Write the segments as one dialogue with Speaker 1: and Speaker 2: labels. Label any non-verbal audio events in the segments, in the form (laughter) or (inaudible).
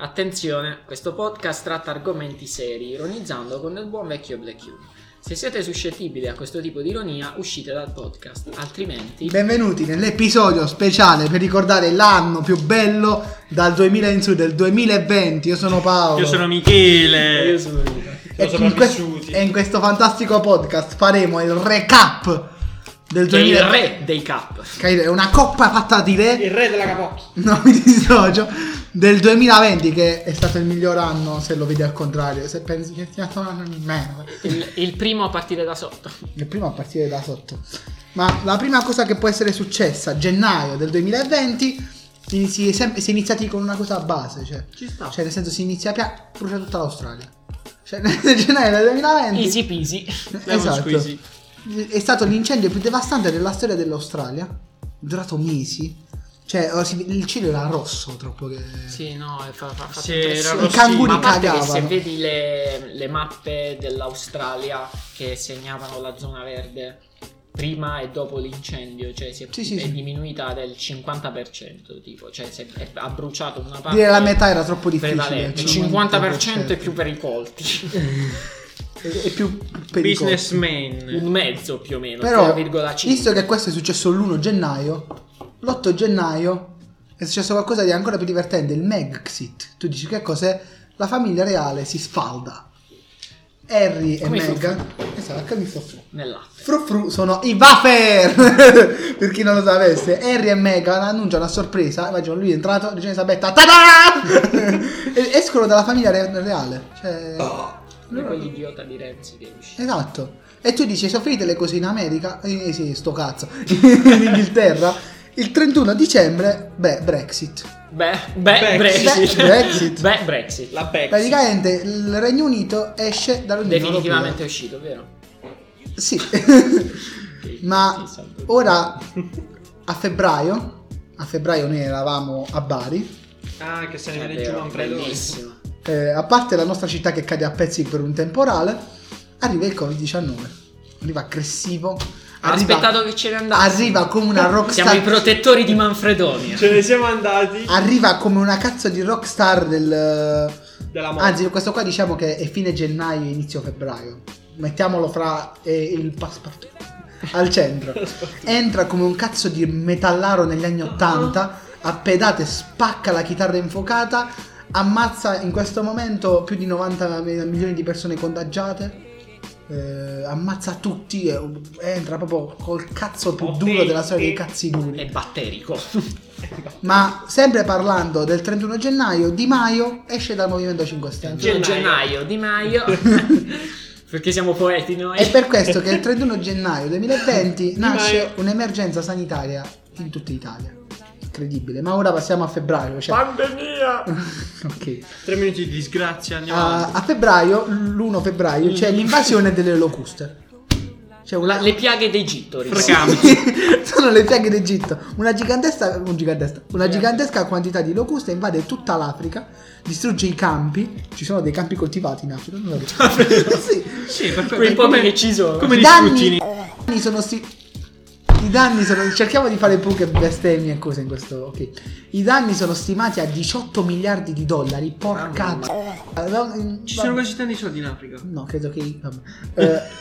Speaker 1: Attenzione, questo podcast tratta argomenti seri, ironizzando con del buon vecchio Black Cube. Se siete suscettibili a questo tipo di ironia, uscite dal podcast, altrimenti...
Speaker 2: Benvenuti nell'episodio speciale per ricordare l'anno più bello dal 2000 in su, del 2020. Io sono Paolo.
Speaker 3: Io sono Michele.
Speaker 1: Io sono Luca.
Speaker 2: e,
Speaker 3: Siamo
Speaker 2: in que-
Speaker 3: sopravvissuti.
Speaker 2: e in questo fantastico podcast faremo il recap del
Speaker 1: È il
Speaker 2: 2020.
Speaker 1: re dei cap.
Speaker 2: Capito? È una coppa fatta di re. (laughs)
Speaker 3: Il re della capocchia.
Speaker 2: No, mi dissocio. Del 2020 che è stato il miglior anno se lo vedi al contrario. Se pensi che sia stato un anno di merda.
Speaker 1: Il, il primo a partire da sotto.
Speaker 2: Il primo a partire da sotto. Ma la prima cosa che può essere successa a gennaio del 2020 si, si è sempre- si è iniziati con una cosa a base. Cioè,
Speaker 1: Ci sta.
Speaker 2: cioè nel senso si inizia a brucia tutta l'Australia. Cioè (laughs) nel gennaio del 2020 (laughs)
Speaker 1: Easy peasy.
Speaker 2: Esatto.
Speaker 3: squeezy.
Speaker 2: È stato l'incendio più devastante della storia dell'Australia. Durato mesi. Cioè, oh, si- il cielo era rosso troppo che.
Speaker 1: Sì, no, è fa, fa, fa
Speaker 3: Sì,
Speaker 1: tutto-
Speaker 3: era
Speaker 1: sì.
Speaker 2: I
Speaker 3: rossino.
Speaker 2: canguri
Speaker 1: Ma a parte che se
Speaker 2: cagavano.
Speaker 1: vedi le, le mappe dell'Australia che segnavano la zona verde prima e dopo l'incendio, cioè si è,
Speaker 2: Sì, sì,
Speaker 1: è
Speaker 2: sì.
Speaker 1: diminuita del 50%, tipo, cioè si è, è- ha bruciato una parte.
Speaker 2: Dire la metà era troppo difficile.
Speaker 1: prevalente, il 50% è più cioè per i colti,
Speaker 2: è, è più pericoloso.
Speaker 1: un
Speaker 3: Businessman.
Speaker 1: mezzo più o meno,
Speaker 2: Però,
Speaker 1: 3,5.
Speaker 2: visto che questo è successo l'1 gennaio, l'8 gennaio è successo qualcosa di ancora più divertente, il Megxit. Tu dici che cos'è? La famiglia reale si sfalda. Harry
Speaker 1: Come i
Speaker 2: e Meghan, esatto, mi soffro.
Speaker 1: Nella-
Speaker 2: Fru fru sono i Buffer! (laughs) per chi non lo sapesse, Harry e Meghan annunciano a sorpresa. Immagino lui è entrato, dice Elisabetta, ta-da! (laughs) E escono dalla famiglia re- reale. Cioè,
Speaker 1: come quell'idiota di Renzi che è uscito.
Speaker 2: Esatto. E tu dici, soffrite le cose in America, eh sì, sto cazzo, (laughs) in Inghilterra, il 31 dicembre, beh, Brexit.
Speaker 1: Beh, beh, Brexit.
Speaker 3: Brexit.
Speaker 2: Beh, Brexit.
Speaker 1: Beh, Brexit.
Speaker 3: La Bex.
Speaker 2: Praticamente il Regno Unito esce dall'Unione
Speaker 1: Definitivamente è uscito, vero? (laughs)
Speaker 2: Europea. Sì. (laughs)
Speaker 1: Sì,
Speaker 2: Ma
Speaker 1: sì, salvo.
Speaker 2: ora, a febbraio, a febbraio noi eravamo a Bari,
Speaker 3: Ah, che se ne
Speaker 1: È
Speaker 3: vede giù
Speaker 1: vero,
Speaker 3: un predone.
Speaker 1: bellissimo.
Speaker 2: eh, a parte la nostra città che cade a pezzi per un temporale, arriva il Covid-19. Arriva aggressivo.
Speaker 1: Ha
Speaker 2: arriva-
Speaker 1: aspettato che ce ne andasse.
Speaker 2: Arriva Cioè come una
Speaker 1: (laughs) Siamo i
Speaker 2: rockstar
Speaker 1: protettori di Manfredonia.
Speaker 3: Ce ne siamo andati.
Speaker 2: arriva come una cazzo di rockstar del
Speaker 3: Della morte.
Speaker 2: anzi questo qua diciamo che è fine gennaio inizio febbraio mettiamolo fra eh, il passport al centro entra come un cazzo di metallaro negli anni 80 a pedate spacca la chitarra infuocata ammazza in questo momento più di 90 mi- milioni di persone contagiate eh, ammazza tutti eh, entra proprio col cazzo più duro della storia dei cazzi duri
Speaker 1: È batterico.
Speaker 2: ma sempre parlando del 31 gennaio, Di Maio esce dal Movimento 5 Stelle.
Speaker 3: Ge-
Speaker 1: Gennaio,
Speaker 3: Gennaio.
Speaker 1: Di
Speaker 2: (laughs)
Speaker 1: Maio. Perché siamo poeti noi.
Speaker 2: È per questo che il 31 gennaio 2020 nasce
Speaker 3: Maio.
Speaker 2: un'emergenza sanitaria in tutta Italia. Incredibile. Ma ora passiamo a febbraio. cioè-
Speaker 1: Pandemia!
Speaker 2: Ok.
Speaker 3: Tre minuti di disgrazia, andiamo
Speaker 2: A,
Speaker 3: avanti.
Speaker 2: a febbraio, l'1 febbraio, c'è l'invasione delle locuste. C'è una-
Speaker 1: La- le piaghe d'Egitto. ricordo.
Speaker 2: (laughs)
Speaker 3: Fregami.
Speaker 2: Sono le piaghe d'Egitto. Una gigantesca, un gigantesca- una gigantesca quantità di locuste invade tutta l'Africa, distrugge i campi. Ci sono dei campi coltivati in Africa. Non lo so. (laughs) sì.
Speaker 3: Sì, per
Speaker 1: Quei pochi che ci sono.
Speaker 3: Ah, Come
Speaker 2: I
Speaker 3: li
Speaker 2: danni,
Speaker 3: scrutini.
Speaker 2: i danni sono sti- I danni sono. Cerchiamo di fare poche bestemmie e cose in questo. Ok. I danni sono stimati a 18 miliardi di dollari. Porca. No, in-
Speaker 3: Ci
Speaker 2: va-
Speaker 3: sono quasi tanti soldi in Africa.
Speaker 2: No, credo che. vabbè.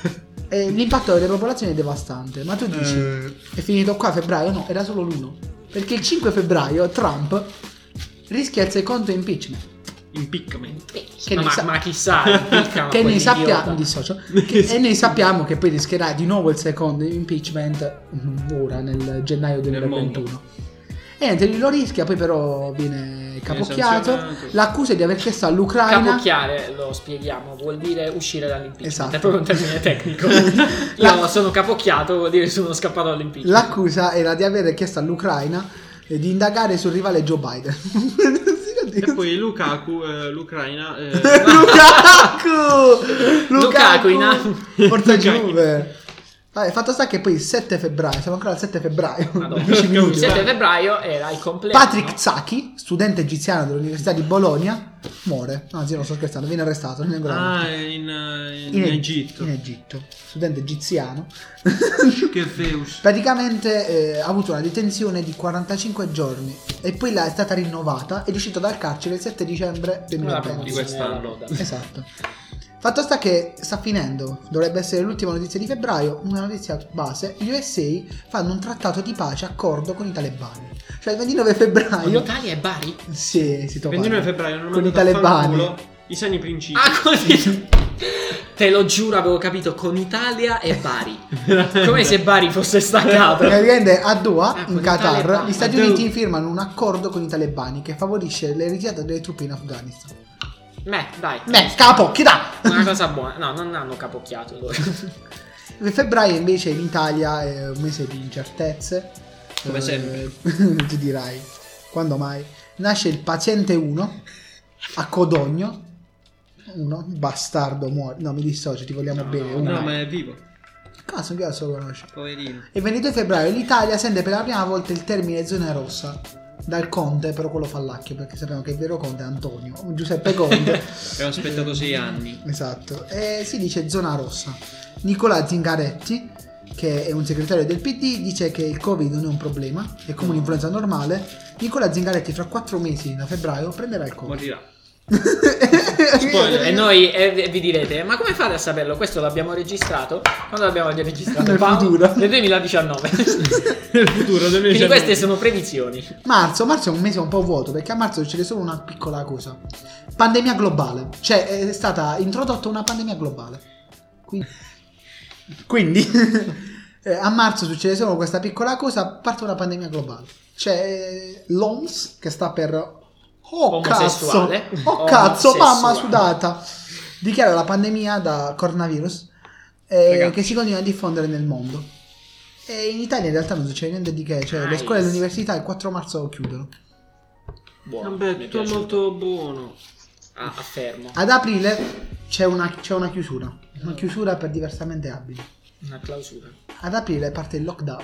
Speaker 2: Eh, eh, l'impatto delle popolazioni è devastante. Ma tu dici. È finito qua a febbraio? No, era solo l'1. Perché il 5 febbraio Trump rischia il secondo impeachment.
Speaker 3: Impiccamento.
Speaker 2: Che
Speaker 1: Eh, ma,
Speaker 2: ne sa-
Speaker 1: ma chissà,
Speaker 2: (laughs)
Speaker 1: impiccano
Speaker 2: Che noi,
Speaker 1: quell'idiota.
Speaker 2: sappiamo, dissocio, che- e noi sappiamo che poi rischierà di nuovo il secondo impeachment mm, ora nel gennaio
Speaker 3: Nel
Speaker 2: 2021. E niente, lui lo rischia, poi però viene capocchiato.
Speaker 3: sanzionato.
Speaker 2: L'accusa è di aver chiesto all'Ucraina
Speaker 1: Capocchiare, lo spieghiamo, vuol dire uscire dall'impeachment.
Speaker 2: Esatto.
Speaker 1: È proprio un termine tecnico.
Speaker 2: (laughs) La-
Speaker 1: Io sono capocchiato, vuol dire sono scappato dall'impeachment.
Speaker 2: L'accusa era di aver chiesto all'Ucraina eh, di indagare sul rivale Joe Biden. Sì,
Speaker 3: E poi Lukaku, eh, l'Ucraina. eh,
Speaker 2: (laughs) Esatto. Lukaku!
Speaker 1: Lukaku in a-
Speaker 2: Forza
Speaker 3: Lukaku.
Speaker 2: Juve! Vabbè, fatto sta che poi il 7 febbraio, siamo ancora al 7 febbraio, (laughs)
Speaker 1: Madonna.
Speaker 2: 10
Speaker 1: Il
Speaker 2: minuti.
Speaker 1: 7 febbraio era il compleanno.
Speaker 2: Patrick Zacchi, studente egiziano dell'Università di Bologna, muore. Anzi, non sto scherzando, viene arrestato. non è ancora
Speaker 3: Ah, in, eh, in, Egitto.
Speaker 2: In Egitto. Studente egiziano.
Speaker 3: Che feus.
Speaker 2: Praticamente eh, ha avuto una detenzione di 45 giorni e poi là è stata rinnovata ed è uscito dal carcere il 7 dicembre
Speaker 1: Una
Speaker 2: 2020.
Speaker 1: promozione
Speaker 3: quest'anno.
Speaker 1: alla Roda.
Speaker 2: Esatto. Fatto sta che sta finendo, dovrebbe essere l'ultima notizia di febbraio, una notizia base, gli USA fanno un trattato di pace accordo con i talebani. Cioè il 29
Speaker 1: Con
Speaker 2: febbraio...
Speaker 1: Ah, Italia e Bari?
Speaker 2: Sì, si toppa.
Speaker 3: 29 febbraio non
Speaker 2: Con i
Speaker 3: ho mandato a
Speaker 2: talebani.
Speaker 3: fanculo i segni principi.
Speaker 1: Ah, con Italia. Te lo giuro, avevo capito con Italia e Bari. Come se Bari fosse staccato.
Speaker 2: Praticamente a Doha,
Speaker 1: Ah, con
Speaker 2: in
Speaker 1: i
Speaker 2: Qatar,
Speaker 1: talebani.
Speaker 2: gli Stati
Speaker 3: Adeu.
Speaker 2: Uniti firmano un accordo con i talebani che favorisce le ritirate delle truppe in Afghanistan.
Speaker 1: Beh, dai.
Speaker 2: Beh, capo, chi dà?
Speaker 1: Una cosa buona. No, non hanno capocchiato loro.
Speaker 2: Febbraio invece in Italia è un mese di incertezze.
Speaker 3: Come
Speaker 2: Eh, (laughs)
Speaker 3: sempre.
Speaker 2: ti dirai, quando mai? Nasce il paziente 1 a Codogno. Uno, bastardo, muore. No, mi dissocio, ti vogliamo bene.
Speaker 1: no,
Speaker 2: uno.
Speaker 3: No, ma è vivo.
Speaker 2: Cazzo, che cazzo lo conosce?
Speaker 3: Poverino.
Speaker 2: Il 22 febbraio l'Italia sente per la prima volta il termine zona rossa. Dal Conte, però quello fallacchio, perché sappiamo che il vero Conte è Antonio, Giuseppe Conte.
Speaker 3: Abbiamo aspettato sei anni.
Speaker 2: Esatto, e si dice zona rossa. Nicola Zingaretti, che è un segretario del PD, dice che il Covid non è un problema, è come un'influenza normale. Nicola Zingaretti fra 4 mesi, da febbraio, prenderà il Covid.
Speaker 3: Morirà. Spoiler.
Speaker 1: e noi eh, vi direte: ma come fate a saperlo? Questo l'abbiamo registrato. Quando l'abbiamo registrato?
Speaker 2: (laughs) Nel
Speaker 1: Pam,
Speaker 2: futuro.
Speaker 1: Nel
Speaker 2: (laughs)
Speaker 1: 2019.
Speaker 3: Nel futuro del
Speaker 1: Quindi queste sono predizioni.
Speaker 2: Marzo, marzo è un mese un po' vuoto perché a marzo c'è solo una piccola cosa. Pandemia globale, cioè è stata introdotta una pandemia globale.
Speaker 1: (laughs)
Speaker 2: Quindi, quindi, (laughs) eh, a marzo succede solo questa piccola cosa, parte una pandemia globale. C'è eh, l'OMS che sta per... Oh cazzo,
Speaker 1: Omosessuale.
Speaker 2: oh cazzo, mamma
Speaker 1: Omosessuale.
Speaker 2: sudata. Dichiara la pandemia da coronavirus eh,
Speaker 3: Ragazzi.
Speaker 2: che si continua a diffondere nel mondo. E in Italia in realtà non succede niente di che, cioè le
Speaker 1: Nice.
Speaker 2: scuole e le università il 4 marzo chiudono.
Speaker 1: Buono. mi
Speaker 3: Vabbè,
Speaker 1: è
Speaker 3: tutto
Speaker 1: piaciuto.
Speaker 3: molto buono.
Speaker 1: Ah, affermo.
Speaker 2: Ad aprile c'è una, c'è una chiusura, una chiusura per diversamente abili.
Speaker 1: Una clausura.
Speaker 2: Ad aprile parte il lockdown.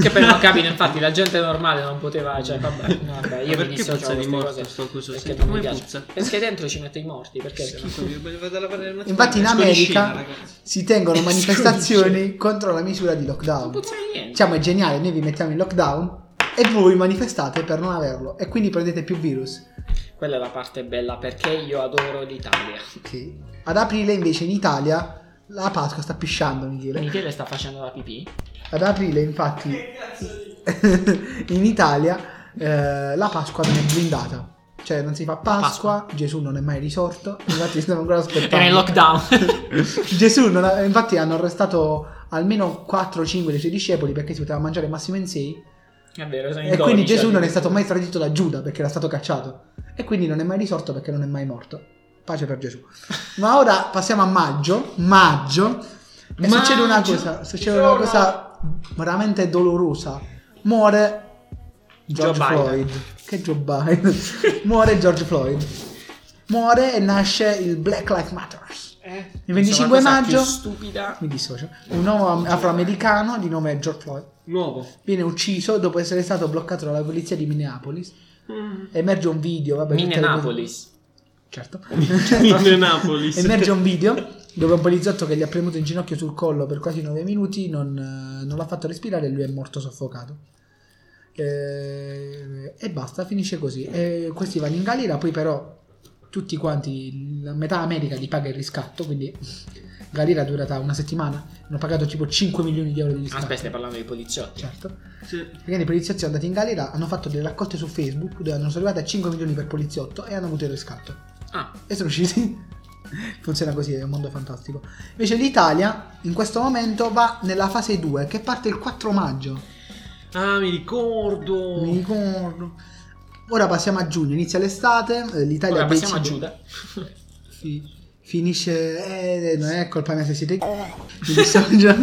Speaker 1: che per non capire, infatti, la gente normale non poteva. Cioè, vabbè, no, vabbè, io mi
Speaker 3: perché
Speaker 1: dissocio
Speaker 3: puzza
Speaker 1: da
Speaker 3: di
Speaker 1: queste
Speaker 3: morto
Speaker 1: cose.
Speaker 3: sto coso?
Speaker 1: Perché
Speaker 3: Senti
Speaker 1: non mi
Speaker 3: come
Speaker 1: piace.
Speaker 3: puzza.
Speaker 1: Perché dentro ci mette i morti, perché
Speaker 3: Sì, voglio- voglio- vado a lavare un
Speaker 2: (laughs)
Speaker 3: attimo.
Speaker 2: Infatti in
Speaker 3: Esco di scena,
Speaker 2: America
Speaker 3: ragazzi.
Speaker 2: si tengono manifestazioni contro la misura di
Speaker 1: non
Speaker 2: lockdown.
Speaker 1: puzza di niente.
Speaker 2: Diciamo è geniale, noi vi mettiamo in lockdown e voi manifestate per non averlo e quindi prendete più virus.
Speaker 1: Quella è la parte bella perché io adoro l'Italia.
Speaker 2: Sì. Ad aprile invece in Italia la Pasqua sta pisciando, Michele.
Speaker 1: Michele sta facendo la pipì.
Speaker 2: Ad aprile infatti (laughs) in Italia eh, la Pasqua non è blindata. Cioè non si fa Pasqua, Gesù non è mai risorto, infatti stiamo ancora
Speaker 1: Era in
Speaker 2: aspettando.
Speaker 1: lockdown.
Speaker 2: (laughs) Gesù non ha- infatti hanno arrestato almeno 4-5 dei suoi discepoli perché si poteva mangiare massimo in 6
Speaker 1: (laughs) è vero, sono in
Speaker 2: e quindi
Speaker 1: 12,
Speaker 2: Gesù non è
Speaker 1: arrivo.
Speaker 2: stato mai tradito da Giuda perché era stato cacciato e quindi non è mai risorto perché non è mai morto. Pace per Gesù. Ma ora passiamo a maggio, maggio e
Speaker 1: Maggio.
Speaker 2: succede una cosa, succede una cosa veramente dolorosa. Muore
Speaker 1: Joe
Speaker 2: George
Speaker 1: Biden.
Speaker 2: Floyd. Che Joe
Speaker 1: (laughs)
Speaker 2: Biden. Muore George Floyd. Muore e nasce il Black Lives Matters.
Speaker 1: Eh,
Speaker 2: Il 25
Speaker 1: sono la cosa
Speaker 2: maggio-
Speaker 1: più stupida.
Speaker 2: mi dissocio, un uomo am- afroamericano di nome George Floyd
Speaker 3: Nuovo.
Speaker 2: viene ucciso dopo essere stato bloccato dalla polizia di Minneapolis.
Speaker 3: Mm.
Speaker 2: Emerge un video, vabbè, tutte le cose-
Speaker 1: Minneapolis. (laughs)
Speaker 2: Certo. (laughs)
Speaker 3: Minneapolis.
Speaker 2: Emerge un video dove un poliziotto che gli ha premuto in ginocchio sul collo per quasi 9 minuti non, eh, non l'ha fatto respirare e lui è morto soffocato. Eh, E basta, finisce così. E questi vanno in galera, poi però tutti quanti, la metà America gli paga il riscatto, quindi galera è durata una settimana, hanno pagato tipo 5 milioni di euro di riscatto.
Speaker 1: Ah, Aspetta, stai parlando di poliziotti.
Speaker 2: Certo.
Speaker 3: Sì.
Speaker 2: Perché i poliziotti sono andati in galera, hanno fatto delle raccolte su Facebook dove hanno arrivati a 5 milioni per poliziotto e hanno avuto il riscatto.
Speaker 1: Ah,
Speaker 2: E sono usciti. (laughs) Funziona così, è un mondo fantastico. Invece l'Italia in questo momento va nella fase 2 che parte il 4 maggio.
Speaker 3: Ah, mi ricordo.
Speaker 1: Oh.
Speaker 2: Mi ricordo. Ora passiamo a giugno, inizia l'estate, eh, l'Italia
Speaker 1: ora passiamo a
Speaker 2: decide-
Speaker 1: Giuda.
Speaker 2: Fi- finisce eh, non è colpa mia se siete mi dissocio.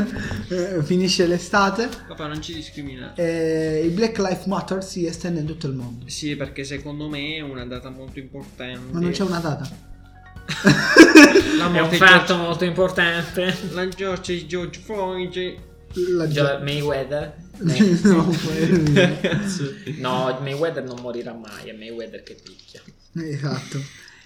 Speaker 2: Eh, finisce l'estate
Speaker 3: Papà, non ci discrimina.
Speaker 2: e il Black Lives Matter si estende in tutto il mondo.
Speaker 3: Sì, perché secondo me è una data molto importante.
Speaker 2: Ma non c'è una data.
Speaker 3: La
Speaker 1: È un
Speaker 3: morte di
Speaker 1: fatto molto importante.
Speaker 3: George- La George di George Floyd.
Speaker 2: La
Speaker 1: Già, Mayweather? (laughs) Eh,
Speaker 2: (laughs) no, poi-
Speaker 3: Cazzo.
Speaker 1: No, Mayweather non morirà mai, è Mayweather che picchia.
Speaker 2: Esatto.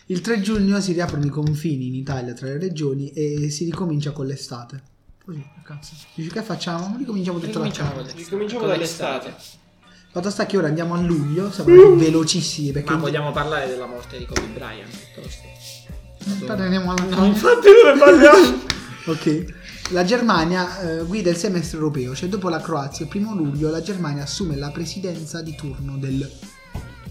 Speaker 2: Il 3 giugno si riaprono i confini in Italia tra le regioni e si ricomincia con l'estate. Poi, cazzo. Dici che facciamo? Ricominciamo tutto da
Speaker 1: Ricominciamo
Speaker 2: capo.
Speaker 1: con
Speaker 3: Ricominciamo
Speaker 1: con
Speaker 3: dall'estate.
Speaker 2: Fatto sta che ora andiamo a luglio, siamo andati velocissimi perché...
Speaker 1: Ma vogliamo parlare della morte di Kobe Bryant piuttosto?
Speaker 2: Parleremo alla
Speaker 1: infatti non parliamo.
Speaker 2: (laughs) Ok. La Germania eh, guida il semestre europeo, cioè dopo la Croazia, il primo luglio la Germania assume la presidenza di turno del...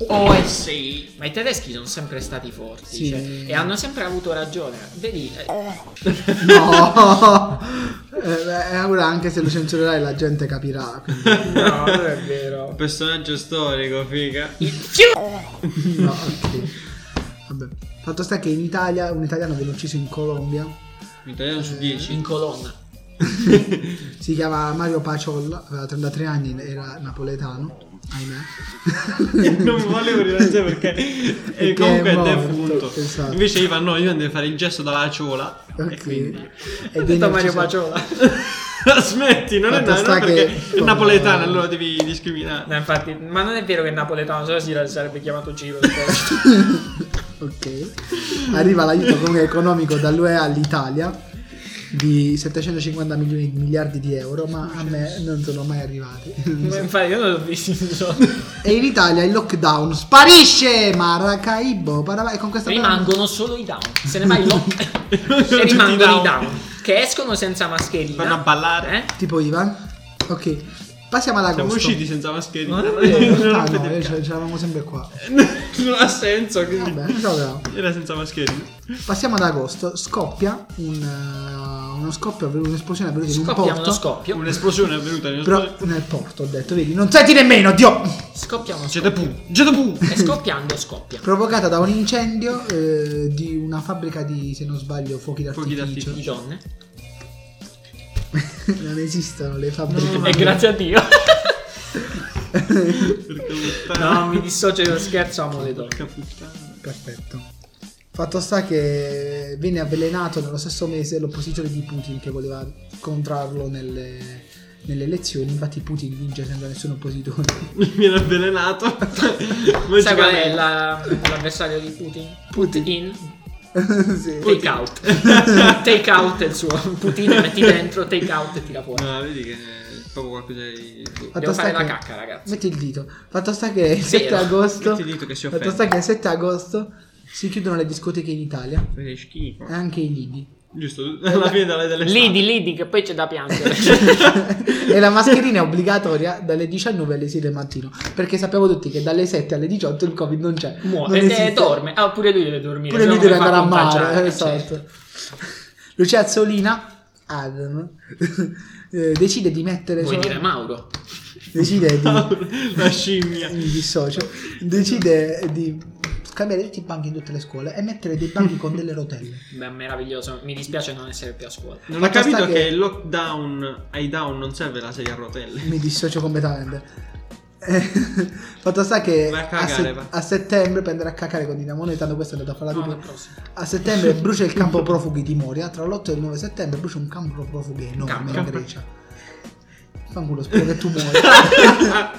Speaker 1: Oh, eh sì. Ma i tedeschi sono sempre stati forti
Speaker 2: Sì.
Speaker 1: cioè, e hanno sempre avuto ragione. Vedi, eh,
Speaker 2: No! (laughs) Eh, eh, ora anche se lo censurerai la gente capirà. quindi (laughs)
Speaker 1: no, non è
Speaker 3: Eh.
Speaker 1: vero.
Speaker 3: Personaggio storico, figa.
Speaker 2: no, ok. Vabbè. Fatto sta che in Italia un italiano viene ucciso in Colombia,
Speaker 3: Un italiano su 10.
Speaker 1: In colonna.
Speaker 2: si chiama Mario Paciolla, aveva 33 anni, era napoletano, ahimè.
Speaker 3: (laughs) non volevo rilanciare perché
Speaker 2: (laughs) Perché
Speaker 3: eh, comunque
Speaker 2: è
Speaker 3: è
Speaker 2: morto,
Speaker 3: defunto.
Speaker 2: esatto.
Speaker 3: Invece Ivan no, Ivan deve fare il gesto dalla ciola. E
Speaker 2: Ok.
Speaker 3: quindi. (laughs)
Speaker 2: E
Speaker 1: Ho
Speaker 2: viene
Speaker 1: detto Mario
Speaker 2: ucciso-
Speaker 1: Paciola.
Speaker 3: Smetti, non è
Speaker 2: Fatto
Speaker 3: no,
Speaker 2: sta
Speaker 3: no, perché
Speaker 2: che-
Speaker 3: è napoletano, allora devi discriminare.
Speaker 1: No, infatti, ma non è vero che è napoletano, se no si sarebbe chiamato Giro.
Speaker 2: (laughs) Ok. Arriva l'aiuto comunque economico dall'UE all'Italia di 750 milioni di miliardi di euro, ma a me non sono mai arrivati.
Speaker 1: (laughs) Ma infatti io non l'ho visto in giro.
Speaker 2: e in Italia il lockdown sparisce! Maracaibo, Parava- e con questa
Speaker 1: Rimangono solo i down. Se ne va il lock.
Speaker 3: Tutti
Speaker 1: e rimangono
Speaker 3: down.
Speaker 1: i down. Che escono senza mascherina.
Speaker 3: Vanno a ballare.
Speaker 1: Eh?
Speaker 2: Tipo Ivan? Ok. Passiamo alla
Speaker 3: Siamo usciti senza mascherina.
Speaker 1: Ma
Speaker 3: (laughs)
Speaker 1: non è
Speaker 2: Eh, in
Speaker 3: Non
Speaker 2: realtà no,
Speaker 3: avete-
Speaker 2: eh, ce ce l'avevamo sempre qua.
Speaker 3: non ha senso. quindi-
Speaker 2: Vabbè, non ce l'avevamo.
Speaker 3: Era senza mascherina.
Speaker 2: Passiamo ad agosto. Scoppia un, eh, uno scoppio, avvenuto- un'esplosione avvenuta in un
Speaker 1: Scoppiamo
Speaker 2: porto.
Speaker 1: uno scoppio.
Speaker 3: Un'esplosione è avvenuta nel
Speaker 2: Però nel porto ho detto, vedi, non senti nemmeno, Dio!
Speaker 1: Scoppiamo uno
Speaker 3: C'è
Speaker 1: scoppio.
Speaker 3: da pu, c'è da pu.
Speaker 1: E scoppiando scoppia.
Speaker 2: Provocata da un incendio eh, di una fabbrica di, se non sbaglio, fuochi
Speaker 3: Fuochi
Speaker 2: d'artificio.
Speaker 1: Di donne.
Speaker 2: (laughs) non esistono le fabbriche.
Speaker 1: E grazie a Dio.
Speaker 3: Porca puttana.
Speaker 1: (laughs) no, mi dissocio dello scherzo, amo le donne.
Speaker 3: Porca puttana.
Speaker 2: Perfetto. Fatto sta che viene avvelenato nello stesso mese l'oppositore di Putin che voleva contrarlo nelle, nelle elezioni. Infatti Putin vince senza nessun oppositore. (laughs)
Speaker 3: Mi viene avvelenato. (laughs)
Speaker 1: Sai qual è la- l'avversario di Putin? Putin.
Speaker 2: sì.
Speaker 1: Take out. (laughs) take out è il suo. Putin metti dentro, take out e tira fuori.
Speaker 3: No, vedi che è proprio qualcosa di... boh.
Speaker 1: Devo fare
Speaker 2: sta
Speaker 1: la
Speaker 2: che-
Speaker 1: cacca, ragazzi.
Speaker 2: Metti il dito. Fatto sta che il 7
Speaker 1: Vero.
Speaker 2: agosto.
Speaker 3: Metti il dito che si
Speaker 2: Fatto
Speaker 3: offende.
Speaker 2: sta che il 7 agosto si chiudono le discoteche in Italia
Speaker 3: È schifo.
Speaker 2: e anche i lidi.
Speaker 3: Eh. Giusto, (laughs) alla fine delle delle
Speaker 1: Lidi, lidi, che poi c'è da piangere. (laughs)
Speaker 2: e la mascherina è obbligatoria dalle 19 alle 6 del mattino. Perché sappiamo tutti che dalle 7 alle 18 il Covid non c'è.
Speaker 1: Muore.
Speaker 2: non
Speaker 1: E
Speaker 2: esiste.
Speaker 1: dorme. Ah, pure lui deve dormire.
Speaker 2: Pure
Speaker 1: se
Speaker 2: lui
Speaker 1: no
Speaker 2: deve
Speaker 1: come fa
Speaker 2: andare a
Speaker 1: contagiare,
Speaker 2: mare.
Speaker 1: eh,
Speaker 2: Esatto.
Speaker 1: certo.
Speaker 2: Lucia Azzolina Adam eh, decide di mettere
Speaker 1: Vuoi
Speaker 2: solo-
Speaker 1: dire Mauro?
Speaker 2: decide di
Speaker 3: (laughs) La scimmia.
Speaker 2: mi dissocio, decide di cambiare tutti i banchi in tutte le scuole e mettere dei banchi con delle rotelle.
Speaker 1: Beh, meraviglioso. Mi dispiace non essere più a scuola.
Speaker 3: Non
Speaker 2: Ma
Speaker 3: ho capito
Speaker 2: basta
Speaker 3: che...
Speaker 2: che-
Speaker 3: il lockdown ai down non serve la sedia
Speaker 2: (laughs)
Speaker 3: a rotelle.
Speaker 2: Mi dissocio completamente. Eh, (laughs) Fatto sta che
Speaker 3: Vai a
Speaker 2: a,
Speaker 3: cagare,
Speaker 2: se-
Speaker 3: va.
Speaker 2: a settembre prenderà a cacare con Dinamone, tanto questo è andato a fare la
Speaker 1: No, la
Speaker 2: pipì.
Speaker 1: prossima.
Speaker 2: A settembre
Speaker 3: (laughs)
Speaker 2: brucia il campo profughi di Moria, tra l'8 e il 9 settembre brucia un campo profughi enorme in
Speaker 1: Campo.
Speaker 2: Grecia. Fanculo, spero che tu muori.
Speaker 3: (laughs)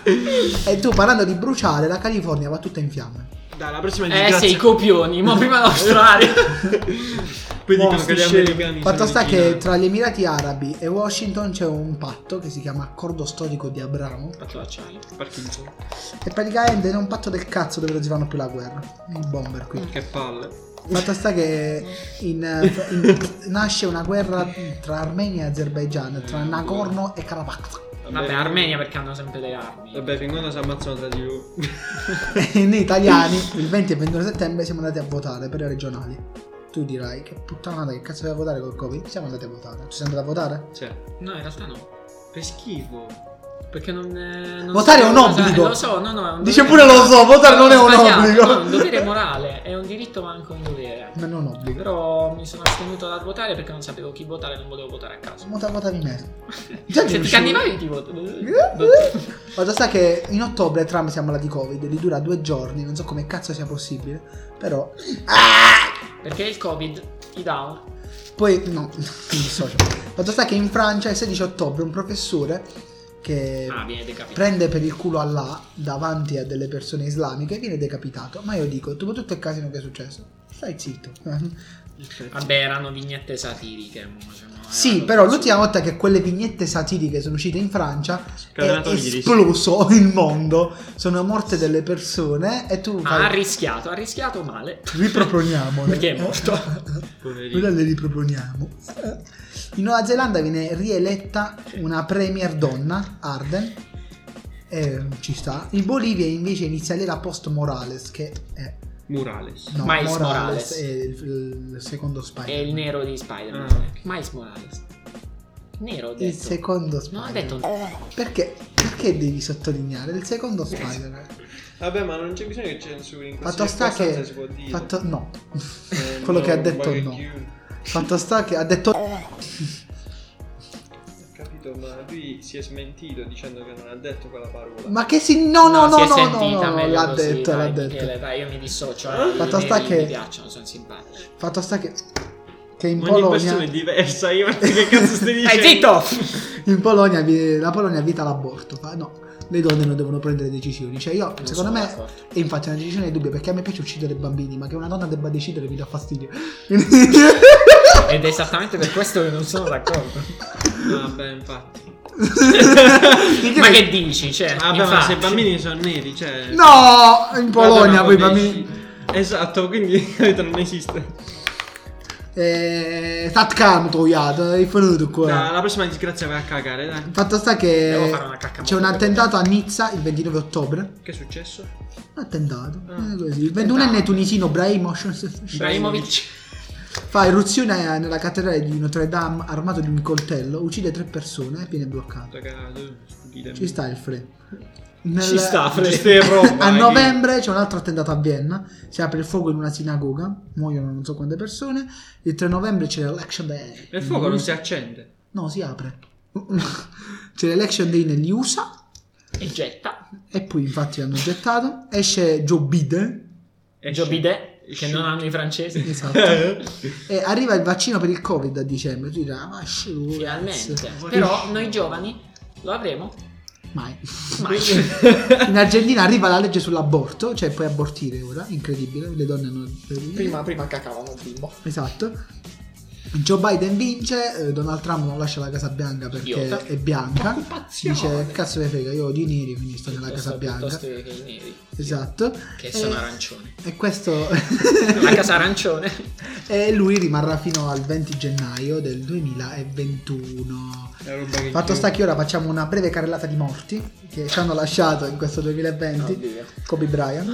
Speaker 2: e tu parlando di bruciare, la California va tutta in fiamme.
Speaker 3: Dai, la prossima
Speaker 1: Eh
Speaker 3: disgrazia.
Speaker 1: sì, i copioni, ma prima l'Australia.
Speaker 3: (laughs) Poi dicono
Speaker 2: Mostri,
Speaker 3: che gli
Speaker 2: scemi.
Speaker 3: americani
Speaker 2: Fatto
Speaker 3: sono
Speaker 2: sta
Speaker 3: in
Speaker 2: che
Speaker 3: Cina.
Speaker 2: tra gli Emirati Arabi e Washington c'è un patto che si chiama Accordo Storico di Abramo.
Speaker 1: Faccio l'acciaio.
Speaker 3: Parkinson.
Speaker 2: E praticamente è un patto del cazzo dove non si fanno più la guerra. Il bomber qui.
Speaker 3: Che palle.
Speaker 2: Fatto sta che in- in- nasce una guerra tra Armenia e Azerbaijan, tra Nagorno e Karabakh.
Speaker 1: Vabbè, Armenia perché hanno sempre le armi.
Speaker 3: Vabbè, fin quando si ammazzano tra di loro. (laughs)
Speaker 2: E noi italiani il 20 e 21 settembre siamo andati a votare per le regionali. Tu dirai che puttanata che cazzo devi votare col Covid? Siamo andati a votare. Tu sei andato a votare?
Speaker 3: Cioè,
Speaker 1: No, in realtà no.
Speaker 3: è schifo.
Speaker 1: Perché non. eh, non
Speaker 2: Votare è
Speaker 1: so
Speaker 2: un
Speaker 1: cosa-
Speaker 2: obbligo.
Speaker 1: Lo so, no, no. è un
Speaker 2: Dice
Speaker 1: dovere-
Speaker 2: pure lo so, votare non è un
Speaker 1: Sbagliato,
Speaker 2: obbligo.
Speaker 1: no, è un dovere morale, è un diritto ma anche un dovere.
Speaker 2: Ma non obbligo.
Speaker 1: Però mi sono astenuto dal votare perché non sapevo chi votare e non volevo votare a caso. Cioè,
Speaker 2: Muta vota di merda. Già
Speaker 1: Se ti
Speaker 2: riuscivo.
Speaker 1: candidavi ti voto.
Speaker 2: Fatto sta che in ottobre Trump si ammala di Covid, li dura due giorni, non so come cazzo sia possibile, però...
Speaker 1: Perché il Covid ti dà
Speaker 2: Poi, no, (laughs) mi dissocio. Fatto sta che in Francia il 16 ottobre un professore che
Speaker 1: Ah, viene decapitato.
Speaker 2: prende per il culo Allah davanti a delle persone islamiche viene decapitato. Ma io dico, dopo tutto il casino che è successo, stai zitto.
Speaker 1: Vabbè, erano vignette satiriche. mo, cioè, no,
Speaker 2: sì,
Speaker 1: erano
Speaker 2: però
Speaker 1: così.
Speaker 2: l'ultima volta che quelle vignette satiriche sono uscite in Francia è
Speaker 3: Scatenato ieri.
Speaker 2: esploso (laughs) il mondo, sono morte delle persone e tu
Speaker 1: Ah, ha
Speaker 2: fai,
Speaker 1: rischiato, ha rischiato male. (laughs)
Speaker 2: riproponiamole.
Speaker 1: Perché è morto.
Speaker 2: (laughs) Quella
Speaker 3: Poverino.
Speaker 2: le riproponiamo. Eh, In Nuova Zelanda viene rieletta una premier donna, Arden. Eh, ci sta. In Bolivia invece inizia l'era post Morales, che è...
Speaker 3: Murales.
Speaker 2: No,
Speaker 1: Miles
Speaker 2: Morales,
Speaker 1: Morales.
Speaker 2: è il, il secondo
Speaker 1: È
Speaker 2: Spider-Man.
Speaker 1: il nero di Spider-Man.
Speaker 3: Ah.
Speaker 1: Miles Morales. Nero, ho detto.
Speaker 2: Il Eh, secondo
Speaker 1: No, ha
Speaker 2: Spider-Man.
Speaker 1: detto
Speaker 2: Perché? Perché devi sottolineare? Il secondo Spider-Man.
Speaker 3: Vabbè, ma non c'è bisogno che censuri in
Speaker 2: Fatto sta che... Fatto... No. (laughs)
Speaker 3: Eh,
Speaker 2: quello che ha detto no. Fatto sta che ha detto...
Speaker 3: Capito, ma lui si è smentito dicendo che non ha detto quella parola.
Speaker 2: Ma che si... No, no,
Speaker 1: si
Speaker 2: no,
Speaker 1: è
Speaker 2: no, no,
Speaker 1: sentita
Speaker 2: no,
Speaker 1: meglio
Speaker 2: l'ha
Speaker 1: così,
Speaker 2: detto,
Speaker 1: dai, eh,
Speaker 2: l'ha detto.
Speaker 1: Michele, dai, io mi dissocio.
Speaker 2: Fatto
Speaker 1: Fatto
Speaker 2: sta che-
Speaker 1: Mi piacciono, sono simpatici.
Speaker 2: Fatto sta che... Che in
Speaker 3: Ogni
Speaker 2: Polonia...
Speaker 3: persona è diversa. Io che cazzo stai
Speaker 2: (laughs)
Speaker 1: Dai,
Speaker 3: dicendo?
Speaker 1: zitto!
Speaker 2: In Polonia vi- la Polonia vieta l'aborto, fa no, le donne non devono prendere decisioni. Cioè io,
Speaker 1: Non
Speaker 2: secondo
Speaker 1: sono
Speaker 2: me,
Speaker 1: d'accordo.
Speaker 2: e infatti è una decisione di dubbio perché a me piace uccidere bambini, ma che una donna debba decidere mi
Speaker 1: (laughs)
Speaker 2: dà fastidio.
Speaker 1: Ed è esattamente per Eh, questo che non sono
Speaker 2: (laughs)
Speaker 1: d'accordo.
Speaker 3: Vabbè, Ah, infatti.
Speaker 1: Ma che dici?
Speaker 2: Ah,
Speaker 1: Cioè,
Speaker 3: Vabbè, ma
Speaker 1: infatti.
Speaker 3: se i bambini sono neri, cioè.
Speaker 2: Eh, No, in Polonia
Speaker 3: Madonna,
Speaker 2: poi i
Speaker 3: come
Speaker 2: bambini...
Speaker 3: esci? Esatto, quindi (laughs) non esiste.
Speaker 2: Eh, Stat calmo, togliato, hai finito
Speaker 3: No,
Speaker 2: qua.
Speaker 3: la prossima disgrazia vai a cagare, dai.
Speaker 2: Fatto sta
Speaker 1: Devo
Speaker 2: che
Speaker 1: fare una cacca
Speaker 2: c'è un
Speaker 1: molto
Speaker 2: attentato a Nizza il 29 ottobre.
Speaker 3: Che è successo?
Speaker 2: Un attentato.
Speaker 3: Ah.
Speaker 2: eh, così. Il 21enne tunisino Brahim
Speaker 1: Ibrahimovic.
Speaker 2: Fa irruzione eh, nella cattedrale di Notre Dame armato di un coltello, uccide tre persone e viene bloccato.
Speaker 3: Cagato, stupida.
Speaker 2: Ci sta il Fre. Nel-
Speaker 1: Ci sta, Fre.
Speaker 3: (laughs) Ci stai roba,
Speaker 2: (laughs) A
Speaker 3: eh,
Speaker 2: novembre c'è un altro attentato a Vienna, si apre il fuoco in una sinagoga, muoiono non so quante persone. Il 3 novembre c'è l'Election Day.
Speaker 3: che- Il fuoco non si accende.
Speaker 2: No, si apre. (laughs) c'è l'Election Day negli USA
Speaker 1: E getta.
Speaker 2: e poi infatti l'hanno gettato. Esce Joe Biden.
Speaker 1: Joe
Speaker 3: (laughs)
Speaker 1: Bidet, che
Speaker 3: Esci.
Speaker 1: non hanno i francesi.
Speaker 2: Esatto. E arriva il vaccino per il Covid a dicembre. Tu dirai, "Ah, ma sciù,
Speaker 1: Finalmente.
Speaker 2: cazzo".
Speaker 1: Però noi giovani lo avremo
Speaker 2: Mai.
Speaker 1: mai.
Speaker 2: In Argentina arriva la legge sull'aborto, cioè puoi abortire ora, incredibile, le donne hanno
Speaker 1: prima, prima cacavano il bimbo.
Speaker 2: Esatto. Joe Biden vince, eh, Donald Trump non lascia la Casa Bianca perché
Speaker 1: Idiota.
Speaker 2: è bianca.
Speaker 1: Occupazione.
Speaker 2: Dice cazzo me frega, io odio i neri, quindi sto nella Casa
Speaker 1: Piuttosto-
Speaker 2: Bianca.
Speaker 1: piuttosto che i neri, Eh.
Speaker 2: Esatto.
Speaker 1: Che
Speaker 2: E-
Speaker 1: sono arancioni.
Speaker 2: E questo (laughs)
Speaker 1: La casa arancione.
Speaker 2: e lui rimarrà fino al 20 gennaio del 2021.
Speaker 3: La roba che
Speaker 2: Fatto
Speaker 3: (laughs)
Speaker 2: sta che ora facciamo una breve carrellata di morti che ci hanno lasciato in questo 2020.
Speaker 1: Oddio.
Speaker 2: Kobe Bryant.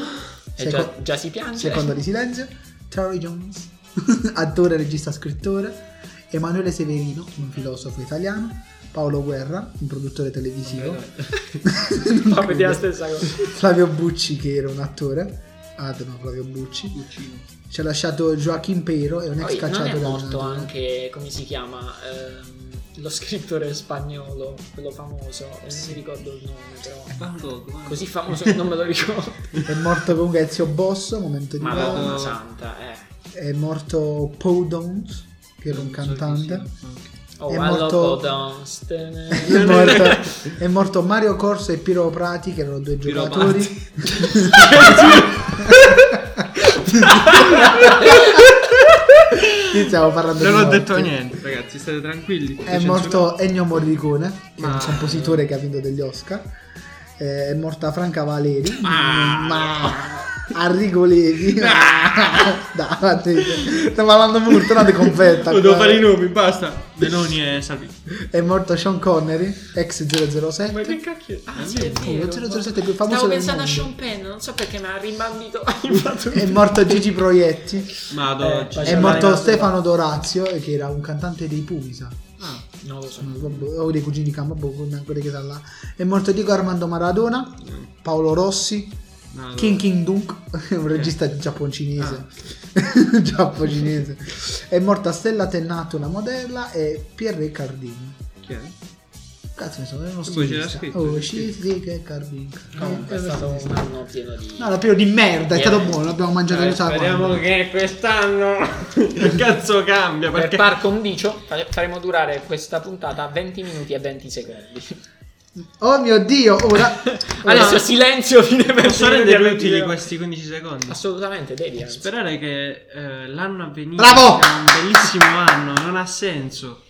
Speaker 1: E
Speaker 2: Seco-
Speaker 1: Eh, già, già si piange. (laughs)
Speaker 2: Secondo di silenzio, Terry Jones, (laughs) attore, regista, scrittore, Emanuele Severino, un filosofo italiano, Paolo Guerra, un produttore televisivo, Non
Speaker 1: Fa vedere
Speaker 2: credo.
Speaker 1: la stessa cosa.
Speaker 2: Flavio Bucci che era un attore, ah no, Flavio Bucci, ci ha lasciato Joachim Pero, è un ex
Speaker 1: Poi, non
Speaker 2: cacciatore.
Speaker 1: è morto
Speaker 2: allenato.
Speaker 1: anche, come si chiama, ehm, lo scrittore spagnolo, quello famoso, non mi ricordo il nome però. Così famoso che non me lo ricordo.
Speaker 2: (laughs) È morto comunque Ezio Bosso, momento di
Speaker 1: Madonna
Speaker 2: Madonna.
Speaker 3: no.
Speaker 1: santa, eh.
Speaker 2: È morto Paul Downs, che era un cantante.
Speaker 3: Ah.
Speaker 1: Oh,
Speaker 2: È
Speaker 1: è
Speaker 2: morto-
Speaker 1: morto...
Speaker 2: È
Speaker 3: (laughs)
Speaker 2: morto, è morto Mario Corso e Piero Prati, che erano due
Speaker 3: Piero
Speaker 2: giocatori. Qui stiamo parlando
Speaker 3: Non
Speaker 2: di
Speaker 3: ho
Speaker 2: morti.
Speaker 3: detto niente, ragazzi, state tranquilli. Cioè,
Speaker 2: È morto Ennio Morricone, che è un
Speaker 3: Ma-
Speaker 2: compositore che ha vinto degli Oscar. Eh, È morta Franca Valeri.
Speaker 1: Ma-
Speaker 2: Arrigo
Speaker 3: (laughs)
Speaker 2: Levi. (laughs) Dai, sto parlando molto, non ti confetta.
Speaker 3: Lo devo fare i
Speaker 2: qua. eh.
Speaker 3: nomi, basta. Meloni e Salvini.
Speaker 2: È morto Sean Connery, ex 007.
Speaker 3: Ma che cacchio?
Speaker 1: Ah, sì, è
Speaker 2: Lo
Speaker 1: vero.
Speaker 2: 007 è più famoso
Speaker 1: Stavo
Speaker 2: del
Speaker 1: pensando a
Speaker 2: mondo.
Speaker 1: Sean Penn, non so perché mi ha
Speaker 2: (laughs)
Speaker 1: rimbambito. Infatti-
Speaker 2: È morto Gigi Proietti.
Speaker 3: Madonna.
Speaker 1: Eh,
Speaker 2: È
Speaker 1: Facciamo
Speaker 2: morto
Speaker 1: la-
Speaker 2: Stefano Dorazio, che era un cantante dei Pumisa.
Speaker 3: Ah,
Speaker 1: non lo so.
Speaker 2: O dei cugini di Cambo, quelli che sta là. È morto Diego Armando Maradona, Paolo Rossi,
Speaker 3: Madonna.
Speaker 2: King King Dunk, (laughs) un regista giapponcinese. (laughs) giapponcinese. È morta Stella Tennato, una modella, e Pierre Cardini.
Speaker 3: Chi è?
Speaker 2: Cazzo, ne so, è uno
Speaker 3: Poi c'era
Speaker 2: stilista.
Speaker 3: scritto,
Speaker 2: Oh,
Speaker 3: c'era
Speaker 2: sì,
Speaker 3: scritto.
Speaker 2: sì, che Eh, carving.
Speaker 1: Comunque è stato un anno pieno di...
Speaker 2: No, era pieno di merda,
Speaker 1: Niente.
Speaker 2: è stato buono, l'abbiamo mangiato
Speaker 3: Eh,
Speaker 2: tutta la
Speaker 3: speriamo
Speaker 2: guardia.
Speaker 3: che quest'anno (laughs) il cazzo cambia
Speaker 1: Per
Speaker 3: perché
Speaker 1: par condicio fare- faremo durare questa puntata a 20 minuti e 20 secondi.
Speaker 2: Oh mio Dio, ora...
Speaker 1: Adesso silenzio fine per
Speaker 3: posso rendere utili questi 15 secondi.
Speaker 1: Assolutamente, devi. anzi.
Speaker 3: Sperare che eh, l'anno a venire
Speaker 2: Bravo!
Speaker 3: sia un bellissimo anno non ha senso.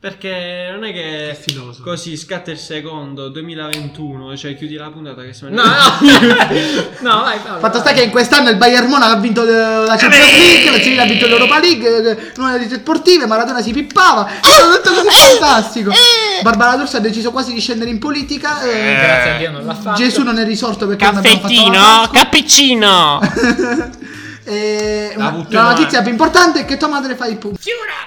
Speaker 3: Perché non è che
Speaker 4: filosofo.
Speaker 3: così scatta il secondo 2021, cioè chiudi la puntata che sembra
Speaker 2: (laughs)
Speaker 1: No, no. no, vai Paolo.
Speaker 2: Fatto
Speaker 1: vai.
Speaker 2: sta che in quest'anno il Bayern Monaco ha vinto eh, la Champions League, la Siviglia ha vinto l'Europa League, eh, non era di sportive, Maradona si pippava, è stato tutto così fantastico. Barbara D'Urso ha deciso quasi di scendere in politica, eh,
Speaker 1: Grazie a Dio non l'ha fatto.
Speaker 2: Gesù non è risorto perché non abbiamo fatto la Pasqua.
Speaker 1: cappuccino.
Speaker 2: E
Speaker 3: La
Speaker 2: una- (laughs)
Speaker 3: butto in
Speaker 2: la
Speaker 3: mare.
Speaker 2: Eh, notizia più importante è che tua madre fa i punti.
Speaker 1: Chiura.